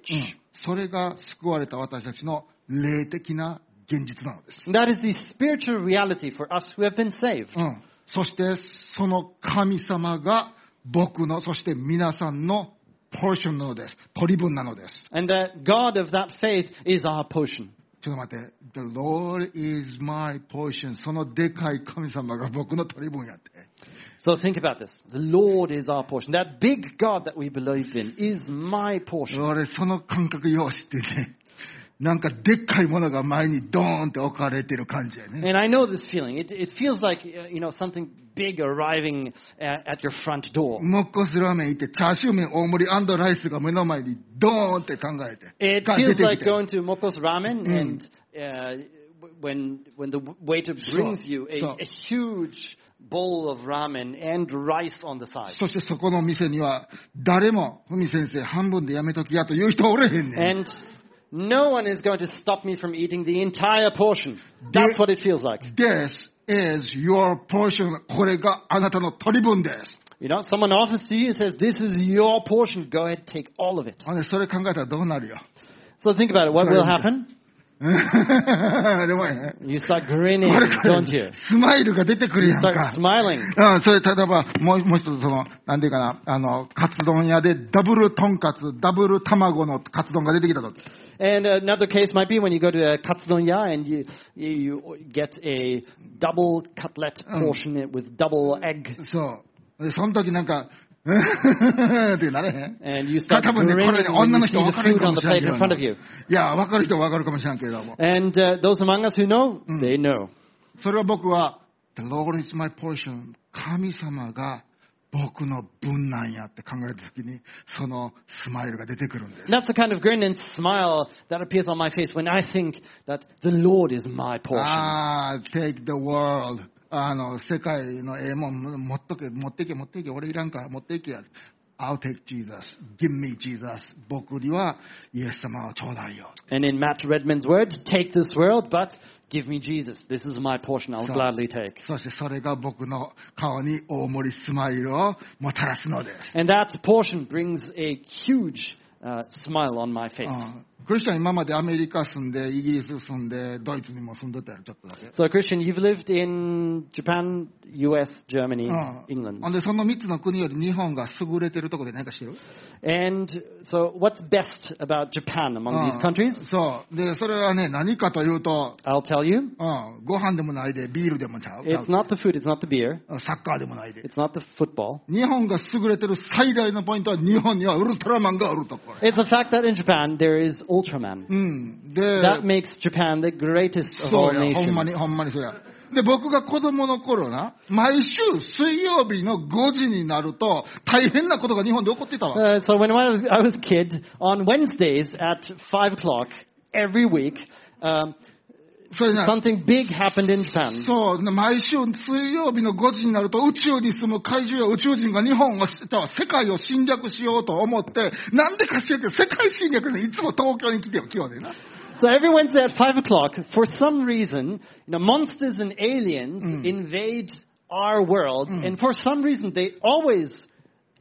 A: それが救われた私たちの霊的な現実なのです。
B: And that is the spiritual reality for us who have been saved.
A: うん、そしてその神様が僕の、そして皆さんのポーションなのです。取り分なのです。
B: And the God of that faith is our portion.
A: ちょっと待って、The Lord is my portion. そのでかい神様が僕の取り分やって。
B: So think about this. The Lord is our portion. That big God that we believe in is my portion.
A: 俺、その感覚よう知ってね。なんかでっかいものが前にドーンって置かれてる感じやね。
B: And I know this feeling. It, it feels like, uh, you know, something big arriving at, at your front door.
A: もっこすラーメン行って、チャーシュー麺大盛りライスが目の前にドーンって考えて。
B: It
A: が
B: feels
A: 出て
B: like
A: きて
B: going to Mokos Ramen
A: Mm.
B: and uh, w- when, when the waiter brings you a,
A: Sure.
B: a huge bowl of ramen and rice on the side.
A: そしてそこの店には、誰も、ふみ先生半分でやめときやという人おれへんねん。
B: And no one is going to stop me from eating the entire portion.
A: There-
B: That's what it feels like.
A: This is your portion. これがあなたの取り分です。
B: You know, someone offers to you and says, This is your portion. Go ahead, take all of it.
A: あねそれ考えたらどうなるよ。
B: So think about it. What
A: Sorry.
B: will happen?
A: うんでもね
B: You start grinning,
A: これこれ
B: don't you?
A: スマイルが出てくる
B: You
A: やん
B: start
A: か。
B: smiling.
A: うん、それ、例えば、もう、もう一つ、その、なんていうかな、あの、カツ丼屋でダブルトンカツ、ダブル卵のカツ丼が出てきたとき。
B: And another case might be when you go to a katsudon-ya and you, you, you get a double cutlet portion with double egg.
A: そう。で、その時なんか、 うんってなれへん
B: And you
A: た
B: start
A: 多分ね、これ
B: grinning
A: ね、女
B: when you
A: の
B: see
A: 人分
B: the
A: かる
B: food
A: か
B: on
A: も
B: the
A: しれん
B: plate
A: けど
B: in front of you.
A: いや、分かる人は分かるかもしれんけれども。
B: And uh, those among us who know, they know.
A: それは僕は、The Lord is my portion. 神様が僕の分なんやって考えたときに、そのスマイルが出てくるんです。
B: And that's the kind of grin and smile that appears on my face when I think that the Lord is my portion.
A: ああ、take the world. あの、世界のええもんも持っとけ、持ってけ、持ってけ、俺いらんから持っていけや。I'll take Jesus. Give me Jesus. 僕にはイエス様をちょうだいよ。
B: And in Matt Redman's words, take this world, but give me Jesus. This is my portion I'll
A: So-
B: gladly take.
A: そしてそれが僕の顔に大盛りスマイルをもたらすのです。
B: And that portion brings a huge uh, smile on my face.
A: うんクリスチャン今までアメリカ住んで、イギリス住んで、ドイツにも住んでたやん、ちょっとだけ。
B: So, Christian, you've lived in Japan, US, Germany,
A: うん、
B: England.
A: ほんでその3つの国より日本が優れてるとこで何かしてる
B: And so, what's best about Japan
A: う
B: among
A: ん
B: these countries?
A: そうでそれはね何かというと、
B: I'll tell you.
A: うん、ご飯でもないでビールでもちゃう
B: It's not the food, it's not the beer,
A: サッカーでもないで
B: it's not the football.
A: 日本が優れてる最大のポイントは日本にはウルトラマンがおるとこれ、
B: It's the fact that in Japan there is
A: Mm.
B: Ultraman.
A: うん、で
B: That makes Japan the greatest of
A: そ
B: all
A: うやほんま
B: nations.
A: にほんまにそうやで僕が子供の頃な毎週水曜日の5時になると大変なことが日本で起こってたわ
B: Uh, so when I was, I was a kid, on Wednesdays at 5 o'clock every week, um,
A: それな
B: something big happened in Japan.
A: そう、毎週水曜日の5時になると宇宙に住む怪獣や宇宙人が日本を、世界を侵略しようと思って、なんでか知らんけど、世界侵略でいつも東京に来てよ、今日でな。
B: So every Wednesday at 5 o'clock, for some reason, you know, monsters and aliens invade our world, and for some reason, they always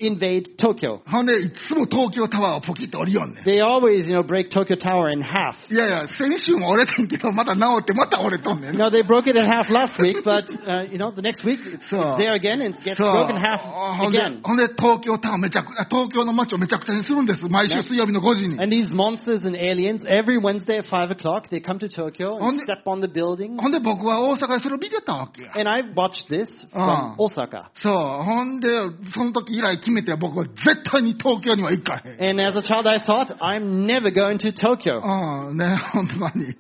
B: invade Tokyo.
A: ほんで、いつも東京タワーをポキッと降りよんねん。
B: They always, you know, break Tokyo Tower in half.
A: いやいや、先週も折れてんけど、また治ってまた折れとんねん
B: You
A: な。
B: know, they broke it in half last week, but, uh, you know, the next week, it's,
A: So-
B: it's there again, and it gets
A: そう
B: broken half
A: ほんで
B: again.、
A: ほんで東京タワーめちゃく、東京の街をめちゃくちゃにするんです。毎週水曜日の5時に。
B: And these monsters and aliens, every Wednesday at 5 o'clock, they come to Tokyo and
A: Only-
B: step on the Oh. building.
A: ほんで僕は大阪でそれを見てたわけや。
B: And I watched this
A: Ah.
B: from Osaka.
A: そう。ほんで、その時以来決めて僕は絶対に東京には行かへん。
B: And as a child, I thought, I'm never going to Tokyo.
A: うん、ね、ほんまに。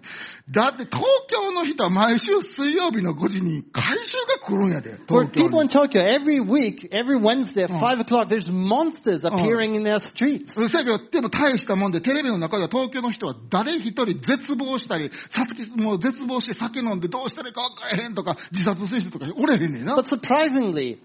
A: だって東京の人は毎週水曜日の5時に怪獣が来るんやで、
B: For
A: 東京に
B: people in Tokyo, every week, every Wednesday at
A: Ah.
B: 5 o'clock, there's monsters appearing in their streets.
A: うん。そやけど、でも大したもんで、テレビの中では東京の人は誰一人絶望したり、さつきもう絶望して酒飲んでどうしたらいいか分からへんとか、自殺する人とかおれへんねんな
B: But。surprisingly,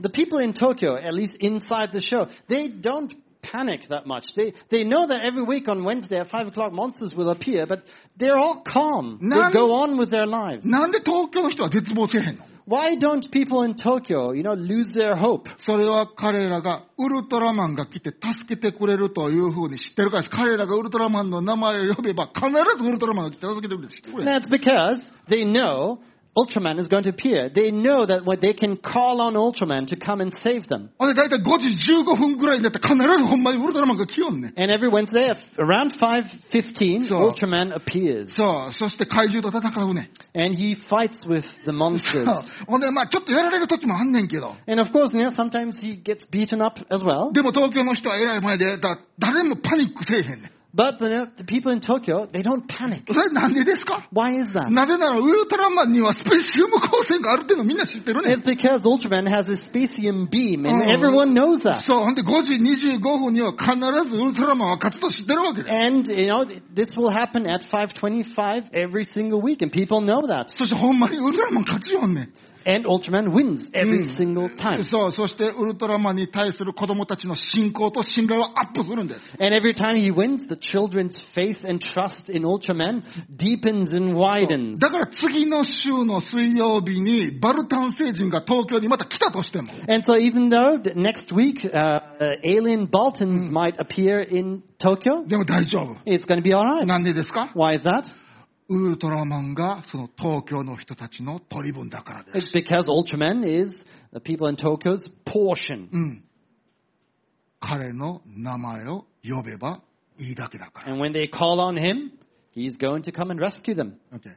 B: the people in Tokyo, at least inside the show, they don't panic that much. They, they know that every week on Wednesday at 5 o'clock, monsters will appear, but they're all calm.
A: None-
B: They go on with their lives.
A: なんで東京の人は絶望せえへんの
B: Why don't people in Tokyo, you know, lose their hope?
A: それは彼らがウルトラマンが来て助けてくれるというふうに知ってるからです彼らがウルトラマンの名前を呼べば必ずウルトラマンが来て助けてくれるって知ってくれ
B: That's because they know Ultraman is going to appear. They know that what they can call on Ultraman to come and save them.
A: ほんで、だいたい5時15分ぐらいになって必ずほんまにウルトラマンが来よんねん。
B: And every Wednesday at around 5:15,
A: So-
B: Ultraman appears
A: そう、そして怪獣と戦うね
B: and he fights with the
A: ん。
B: monsters.
A: ほんで、まあちょっとやられる時もあんねんけど。
B: And of course, you know, sometimes he gets beaten up as well.
A: でも東京の人は偉い前で、だ誰もパニックせえへんねん。
B: But you know, the people in Tokyo, they don't panic.
A: それなんでですか
B: Why is that?
A: なぜならウルトラマンにはスペシウム光線があるっていうのみんな知ってるねん
B: It's。because Ultraman has his specium beam,
A: Oh.
B: and everyone knows that.
A: そう、ほんで5時25分には必ずウルトラマンは勝つと知ってるわけだよ
B: And you know this will happen at 5:25 every single week, and people know that.
A: そしてほんまにウルトラマン勝ちよんねん。
B: And Ultraman wins every
A: Mm.
B: single time.
A: そう、そしてウルトラマンに対する子供たちの信仰と信頼はアップするんです。
B: And every time he wins, the children's faith and trust in Ultraman deepens and widens.
A: だから次の週の水曜日にバルタン星人が東京にまた来たとしても、
B: And so, even though that next week uh, uh, alien Baltans might appear in Tokyo,
A: でも大丈夫。
B: it's going to be all right.
A: なんでですか
B: Why is that?
A: ウルトラマンがその東京の人たちの取り分だからです。
B: It's because Ultraman is the people in Tokyo's portion,
A: うん。彼の名前を呼べばいいだけだから。
B: and when they call on him, he's going to come and rescue them.
A: OK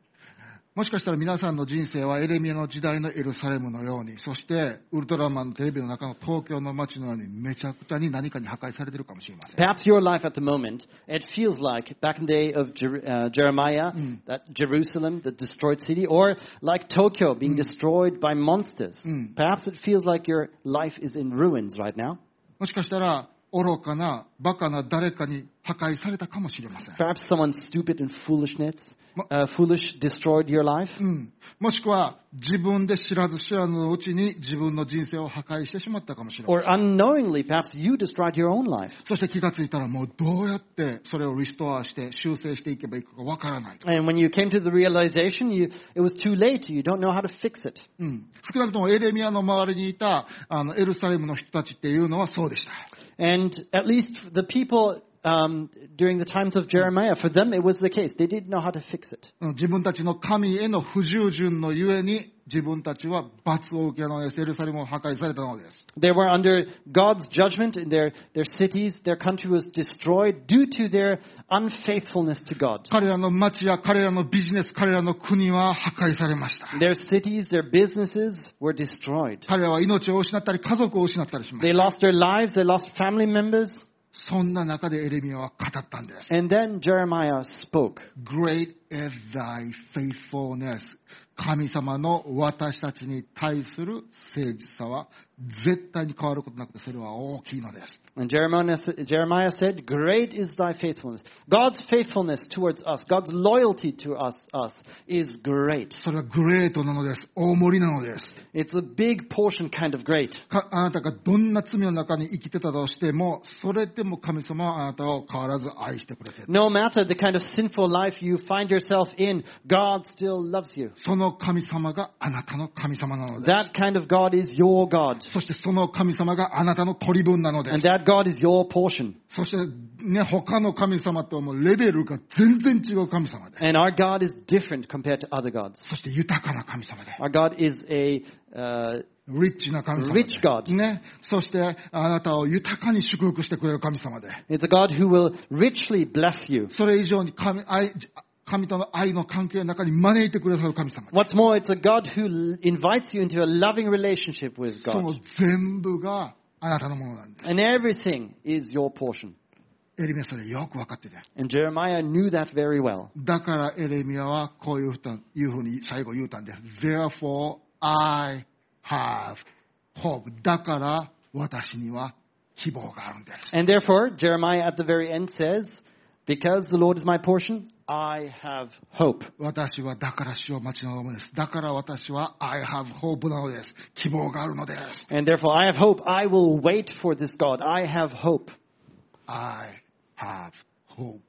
A: もしかしたら皆さんの人生はエレミアの時代のエルサレムのように、そしてウルトラマンのテレビの中の東京の街のようにめちゃくちゃに何かに破壊されてるかもしれません。
B: Perhaps your life at the moment, it feels like back in the day of Jer- uh, Jeremiah, that Jerusalem, the destroyed city, or like Tokyo being destroyed by monsters. Perhaps it feels like your life is in ruins right now.
A: もしかしたら愚かな、バカな誰かに破壊されたかもしれません。
B: Perhaps someone's stupid and foolishness,
A: Mo-
B: uh, foolish, destroyed your life.
A: うん、もしくは自分で知らず知らぬのうちに自分の人生を破壊してしまったかもしれません。
B: Or unknowingly, perhaps you destroyed your own life.
A: そして気がついたらもうどうやってそれをリストアして修正していけばいいかわからない。
B: And when you came to the realization, you, it was too late. You don't know how to fix it.
A: うん、少なくともエレミアの周りにいたあのエルサレムの人たちっていうのはそうでした。
B: And at least the people um, during the times of Jeremiah. For them, it was the case. They didn't know how to fix it.
A: うん自分たちの神への不従順のゆえに自分たちは罰を受けのエルサレムを破壊されたのです
B: They were under God's judgment in their, their cities. Their country was destroyed due to their unfaithfulness to God.
A: 彼らの町や彼らのビジネス彼らの国は破壊されました
B: Their cities, their businesses were destroyed.
A: 彼らは命を失ったり家族を失ったりしました
B: They lost their lives, they lost family members.
A: そんな中でエレミアは語ったんです。
B: And then Jeremiah spoke.
A: Great is thy faithfulness. 神様の私たちに対する誠実さは絶対に変わることなくてそれは大きいのです。
B: And Jeremiah, Jeremiah said, Great is thy faithfulness. God's faithfulness towards us, God's loyalty to us, us is great.
A: それはグレートなのです。大盛りなのです。
B: It's a big portion kind of great.
A: かあなたがどんな罪の中に生きてたとしても、それでも神様はあなたを変わらず愛してくれている。
B: No matter the kind of sinful life you find yourself in, God still loves you.
A: その神様があなたの神様なのです。
B: That kind of God is your God.
A: そしてその神様があなたの取り分なのです
B: And。that God is your portion.
A: そしてね、他の神様ともレベルが全然違う神様で、
B: And our God is different compared to other gods.
A: そして豊かな神様で、
B: Our God is a uh,
A: リッチな神様で、
B: Rich God
A: ね、そしてあなたを豊かに祝福してくれる神様で、
B: it's a God who will richly bless you.
A: それ以上に神愛神との愛の関係の中に招いてくださる神様で、
B: What's more, it's a God who l- invites you into a loving relationship with
A: その
B: God.
A: 全部があなたのものなんで
B: And everything is your portion.
A: エレミアはそれよく分かってて、
B: And Jeremiah knew that very well.
A: だからエレミアはこういうふうにいうふうに最後言うたんです。Therefore, I have hope. だから私には希望があるんです。
B: And therefore, Jeremiah at the very end says, Because the Lord is my portion, I have hope.
A: 私はだから死を待ち望むです。だから私は I have hope なのです。希望があるのです。
B: And therefore, I have hope. I will wait for this God. I have hope.
A: I have hope.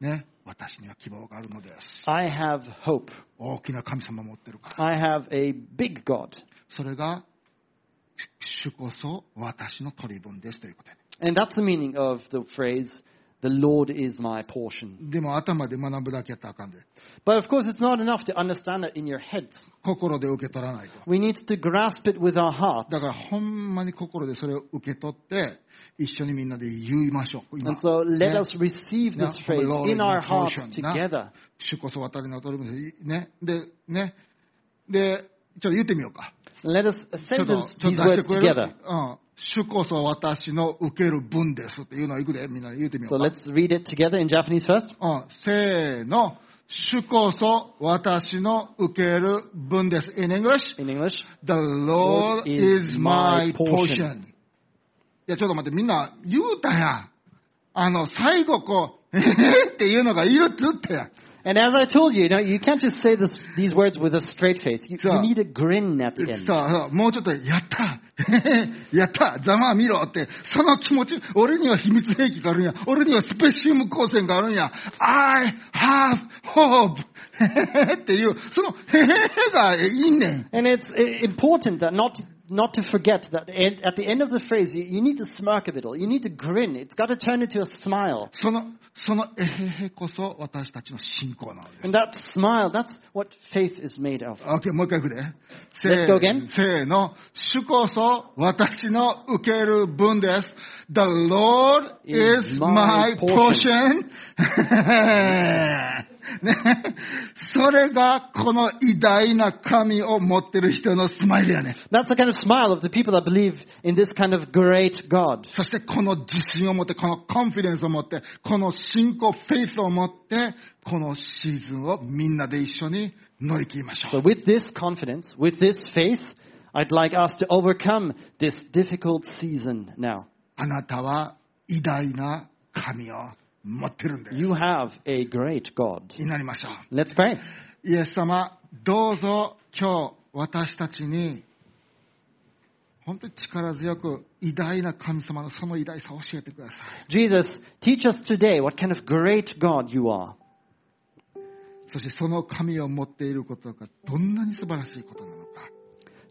A: ね。私には希望があるのです。
B: I have hope.
A: 大きな神様持ってるから。
B: I have a big God.
A: それが主こそ私の取り分ですということです
B: And that's the meaning of the phrase, the Lord is my portion.
A: でも頭で学ぶだけやったらあかんで。
B: But of course, it's not enough to understand it in your head.
A: 心で受け取らないと。
B: We need to grasp it with our heart.
A: だからほんまに心でそれを受け取って、一緒にみんなで言いましょう。今
B: And so let
A: ね
B: us receive this
A: ね
B: phrase
A: Lord is
B: in
A: my
B: our hearts
A: portion. な
B: together.
A: 主こそ渡りの取り分です。ね。で、ね。で、ちょっと言ってみようか。
B: Let us
A: ちょ
B: say
A: っと、
B: this-
A: ちょっ
B: these
A: と出して
B: words
A: くれる。う
B: together.
A: ん。主こそ私の受ける分ですっていうのをいくで、みんなで言ってみよ
B: So
A: うか。
B: let's read it together in Japanese first.
A: うん。せーの。主こそ私の受ける分です。In English?
B: In English.
A: The Lord
B: Lord is
A: is my
B: my portion.
A: portion. いや、ちょっと待って、みんな言うたやん。あの、最後こう、えへへっていうのがいるっつったやん。
B: And as I told you, you, know, you can't just say this, these words with a straight face. You,
A: So-
B: you need a grin at the end.
A: さあ、もうちょっと、やった えへへやったざまあ見ろって、その気持ち、俺には秘密兵器があるんや。俺にはスペシウム光線があるんや。I have hope! へへへっていう、その、へへへがいいねん。
B: And it's i- important that not not to forget that at at the end of the phrase, you, you need to smirk a little. You need to grin. It's got to turn into a smile.
A: その、その、えへへこそ私たちの信仰なのです。
B: And that smile, that's what faith is made of.
A: OK、もう一回行くで。せ
B: Let's go again.
A: ーせーの。主こそ私の受ける分です。The Lord is
B: Is
A: my
B: my
A: portion. ね、それがこの偉大な神を持ってる人のスマイルやね。
B: That's the kind of smile of the people that believe in this kind of great God.
A: そしてこの自信を持って、このコンフィデンスを持って、この信仰、フェイスを持って、このシーズンをみんなで一緒に乗り切りましょう
B: So。with this confidence, with this faith, I'd like us to overcome this difficult season now.
A: あなたは偉大な神を持ってるんです。
B: You have a great God.
A: 祈りましょ
B: Let's pray.
A: う。イエス様、どうぞ今日私たちに本当に力強く偉大な神様のその偉大さを教えてください。
B: Jesus, teach us today what kind of great God you are.
A: そしてその神を持っていることがどんなに素晴らしいことなのか。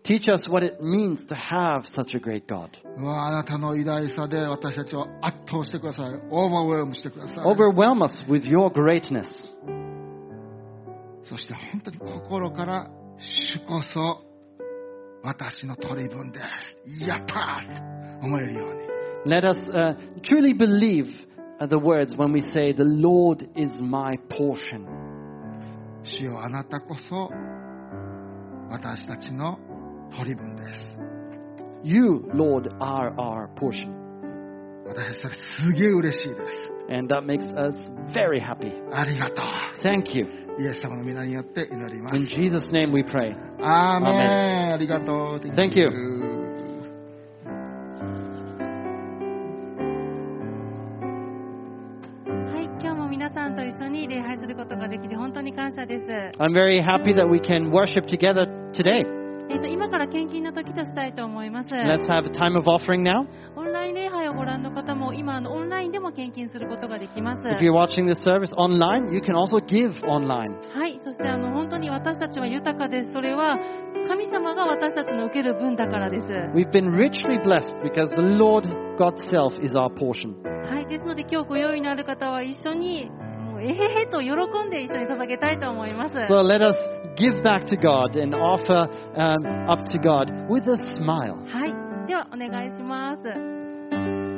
B: Teach us what it means to have such a great God.
A: うわあなたの偉大さで私たちを圧倒してください。オーバーウェルムしてください。
B: Overwhelm us with your greatness.
A: そして本当に心から、主こそ私の取り分です。やったーと思えるように。
B: Let us uh, truly believe uh, the words when we say, The Lord is my portion.
A: 主よあなたこそ私たちの取り分です。
B: You, Lord, are our portion.
A: 私それすげえ嬉しいです。
B: And that makes us very happy.
A: ありがと
B: Thank you.
A: う。イエス様の皆によって祈ります
B: In。Jesus' name we
A: アーメ
B: pray.
A: ン
B: アーメ
A: ありがとう。
B: Thank you.
A: you.
C: Amen. はい、今日も皆さんと一緒に礼拝することができて本当に感謝です。え
B: I'm very happy that we can worship together today.
C: っと今から献金の時としたいと思います。
B: Let's have a time of offering now.
C: オンライン礼拝をご覧の方も今あのオンラインでも献金することができます。
B: If you're watching this service online, you can also give online.
C: はい、そしてあの本当に私たちは豊かです。それは神様が私たちの受ける分だからです。は
B: We've been richly blessed because the Lord God self is our portion.
C: い、ですので今日ご用意のある方は一緒にもうえへへと喜んで一緒に捧げたいと思います。
B: So let us give back to God and offer um, up to God with a smile.
C: はい、ではお願いします。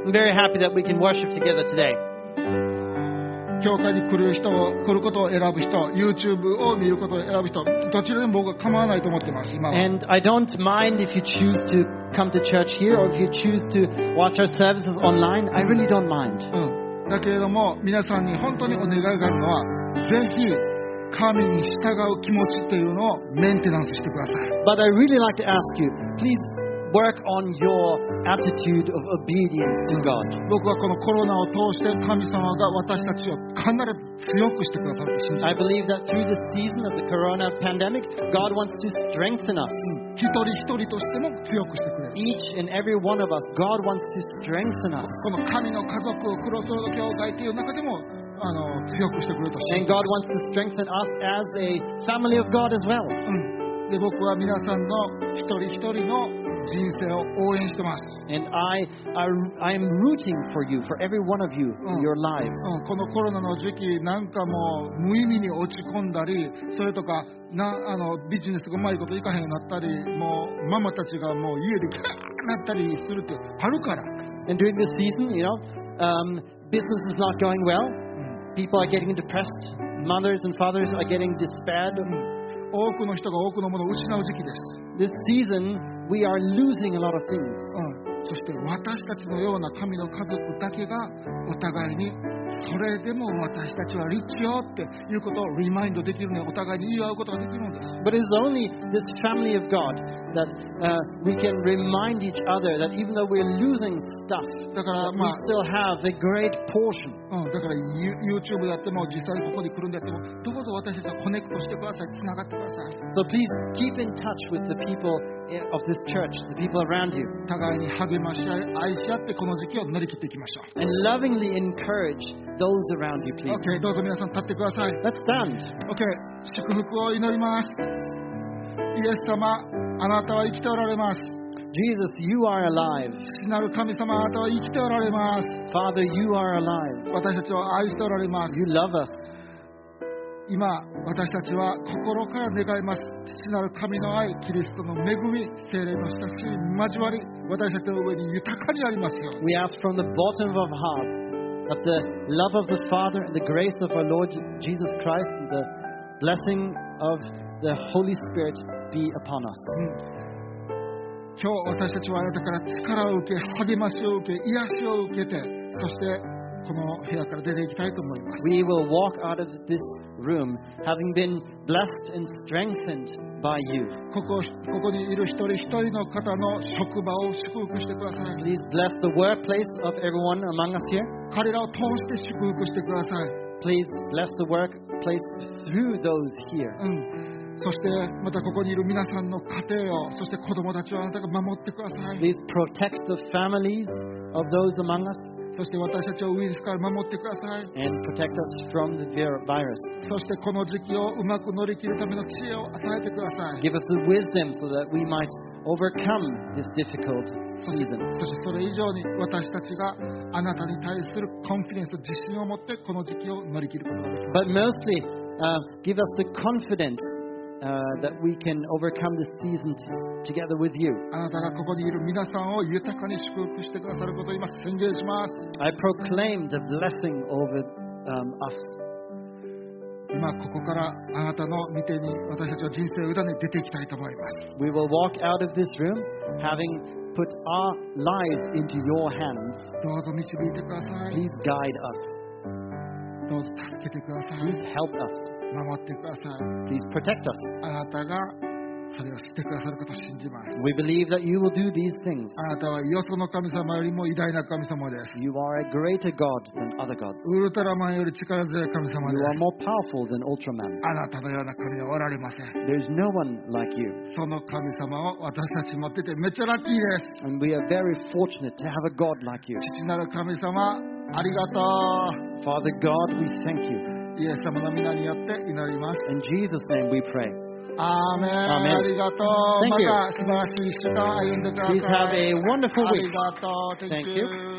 B: I'm very happy that we can worship together today.
A: 教会に来る人を来ることを選ぶ人 YouTube を見ることを選ぶ人どちらでも僕は構わないと思ってます今は
B: And I don't mind if you choose to come to church here or if you choose to watch our services online. I really don't mind.
A: うん、だけれども皆さんに本当にお願いがあるのはぜひ神に従う気持ちっていうのをメンテナンスしてください
B: But I really like to ask you, please work on your attitude of obedience to God.
A: 僕はこのコロナを通して神様が私たちを必ず強くしてくださると信じて
B: I believe that through this season of the corona pandemic, God wants to strengthen us.
A: 一人一人としても強くしてくれる
B: Each and every one of us, God wants to strengthen us.
A: この神の家族クロスロード教会っていう中でもあの強くしてくれると信じ
B: And
A: て
B: God wants to strengthen us as a family of God as well.
A: うん、で僕は皆さんの一人一人の人生を応援してます、
B: And I, I, I am rooting for you, for every one of you, in
A: Mm.
B: your lives.
A: うん、このコロナの時期なんかもう無意味に落ち込んだりそれとかなあのビジネスがうまいこといかへんようになったりもうママたちがもう家でガーッなったりするってあるから、
B: And during this season, you know, um, business is not going well.
A: うん、
B: People are getting depressed. Mothers and fathers are getting despaired.
A: Mm. 多くの人が多くのものを失う時期です、
B: This season, we are losing a lot of things.
A: うん、そして私たちのような神の家族だけがお互いにそれでも私たちはリッチよっていうことをリマインドできるのにお互いに言い合うことができるんです。
B: But it is only this family of God that uh, we can remind each other that even though we're losing stuff,
A: だから、ま
B: we
A: あ
B: still have a great portion.
A: うん、だからユ YouTube やっても実際にここに来るんでやってもどうぞ私たちはコネクトしてくださいつながってください
B: So please keep in touch with the people eh, of this church, the people around you,
A: 互いに励まし合い愛し合ってこの時期を乗り切っていきましょ
B: and lovingly encourage those around you,
A: う
B: please.
A: OK どうぞ皆さん立ってください OK
B: Let's stand.
A: 祝福を祈りますイエス様あなたは生きておられます
B: Jesus, you are alive.
A: 父なる神様あなたは生きておられます
B: Father, you are alive.
A: 私たちを愛しておられます
B: You love us.
A: 今私たちは心から願います父なる神の愛キリストの恵み精霊の親しい交わり私たちの上に豊かにありますように
B: We ask from the bottom of our hearts that the love of the Father and the grace of our Lord Jesus Christ and the blessing of the Holy Spirit be upon us.
A: 今日私たちはあなたから力を受け励ましを受け癒しを受けてそしてこの部屋から出ていきたいと思います
B: We will walk out of this room having been blessed and strengthened by you.
A: ここここにいる一人一人の方の職場を祝福してください
B: Please bless the workplace of everyone among us here.
A: 彼らを通して祝福してください、
B: Please bless the workplace through those here.
A: うん、そしてまたここにいる皆さんの家庭をそして子供たちをあなたが守ってください
B: Please protect the families of those among us
A: そして私たちをウイルスから守ってください
B: and protect us from the vir- virus.
A: そしてこの時期をうまく乗り切るための知恵を与えてください
B: Give us the wisdom so that we might overcome this difficult
A: そして
B: season.
A: そしてそれ以上に私たちがあなたに対するコンフィデンス、自信を持ってこの時期を乗り切ることができる。
B: But mostly, uh, give us the confidence uh, that we can overcome this season t- together with you.
A: あなたがここにいる皆さんを豊かに祝福してくださることを今宣言します。
B: I proclaim the blessing over um, us.
A: 今ここからあなたの御手に私たちは人生を委ね出ていきたいと思います。
B: We will walk out of this room having put our lives into your hands.
A: どうぞ導いてください。
B: Please guide us.
A: どうぞ助けてください。
B: Please help us.
A: 守ってください。
B: Please protect us.
A: あなたがそれをしてくださることを信じます。
B: We believe that you will do these things.
A: あなたはよその神様よりも偉大な神様です。
B: You are a greater God than other gods.
A: ウルトラマンより力強い神様
B: You
A: で
B: are
A: す。
B: more powerful than Ultraman.
A: あなたのような神はおられません。
B: There's no one like you.
A: その神様を私たち持っててめっちゃラッキーです。
B: And we are very fortunate to have a God like you.
A: 父なる神様、ありがと
B: Father God, we thank you.
A: う。イエス様の皆によって祈ります。
B: In Jesus' name we pray.
A: アーメン。
B: アーメン
A: ありがとう。
B: Thank you.
A: また素晴らしい一週間歩んでください。
B: Please have a wonderful
A: あり
B: week.
A: がとう。
B: Thank you.